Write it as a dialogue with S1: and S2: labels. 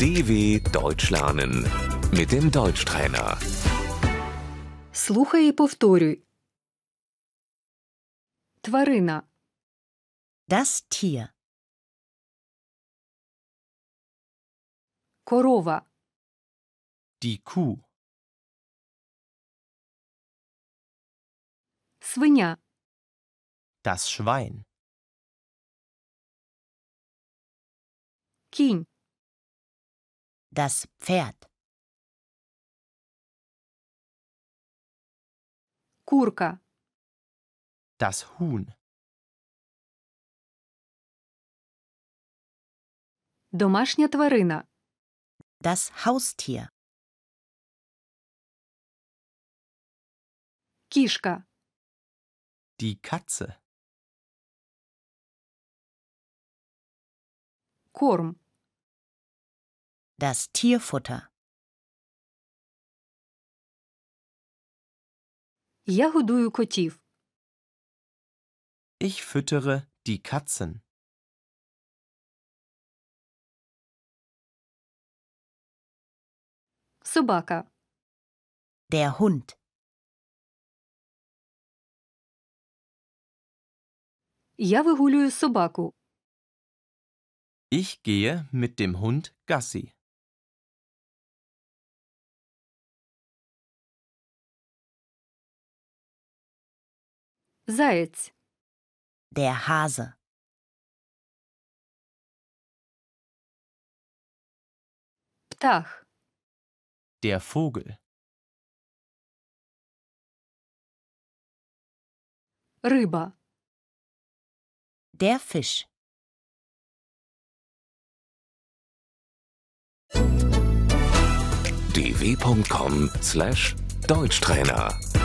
S1: DW Deutsch lernen mit dem Deutschtrainer.
S2: Слухай і повторюй. Тварина.
S3: Das Tier.
S2: Корова.
S4: Die Kuh.
S2: Свиня.
S4: Das Schwein.
S2: Кінь.
S3: Das Pferd.
S2: Курка.
S4: Das Huhn.
S2: Домашня тварина.
S3: Das Haustier.
S2: Кішка.
S4: Die Katze.
S2: Корм.
S3: Das Tierfutter.
S2: Я годую котів.
S4: Ich füttere die Katzen.
S2: Собака.
S3: Der Hund.
S2: Я вигулюю собаку.
S4: Ich gehe mit dem Hund Gassi.
S2: Заєць.
S3: Der Hase.
S2: Птах.
S4: Der Vogel.
S2: Риба.
S3: Der Fisch.
S1: dw.com/deutschtrainer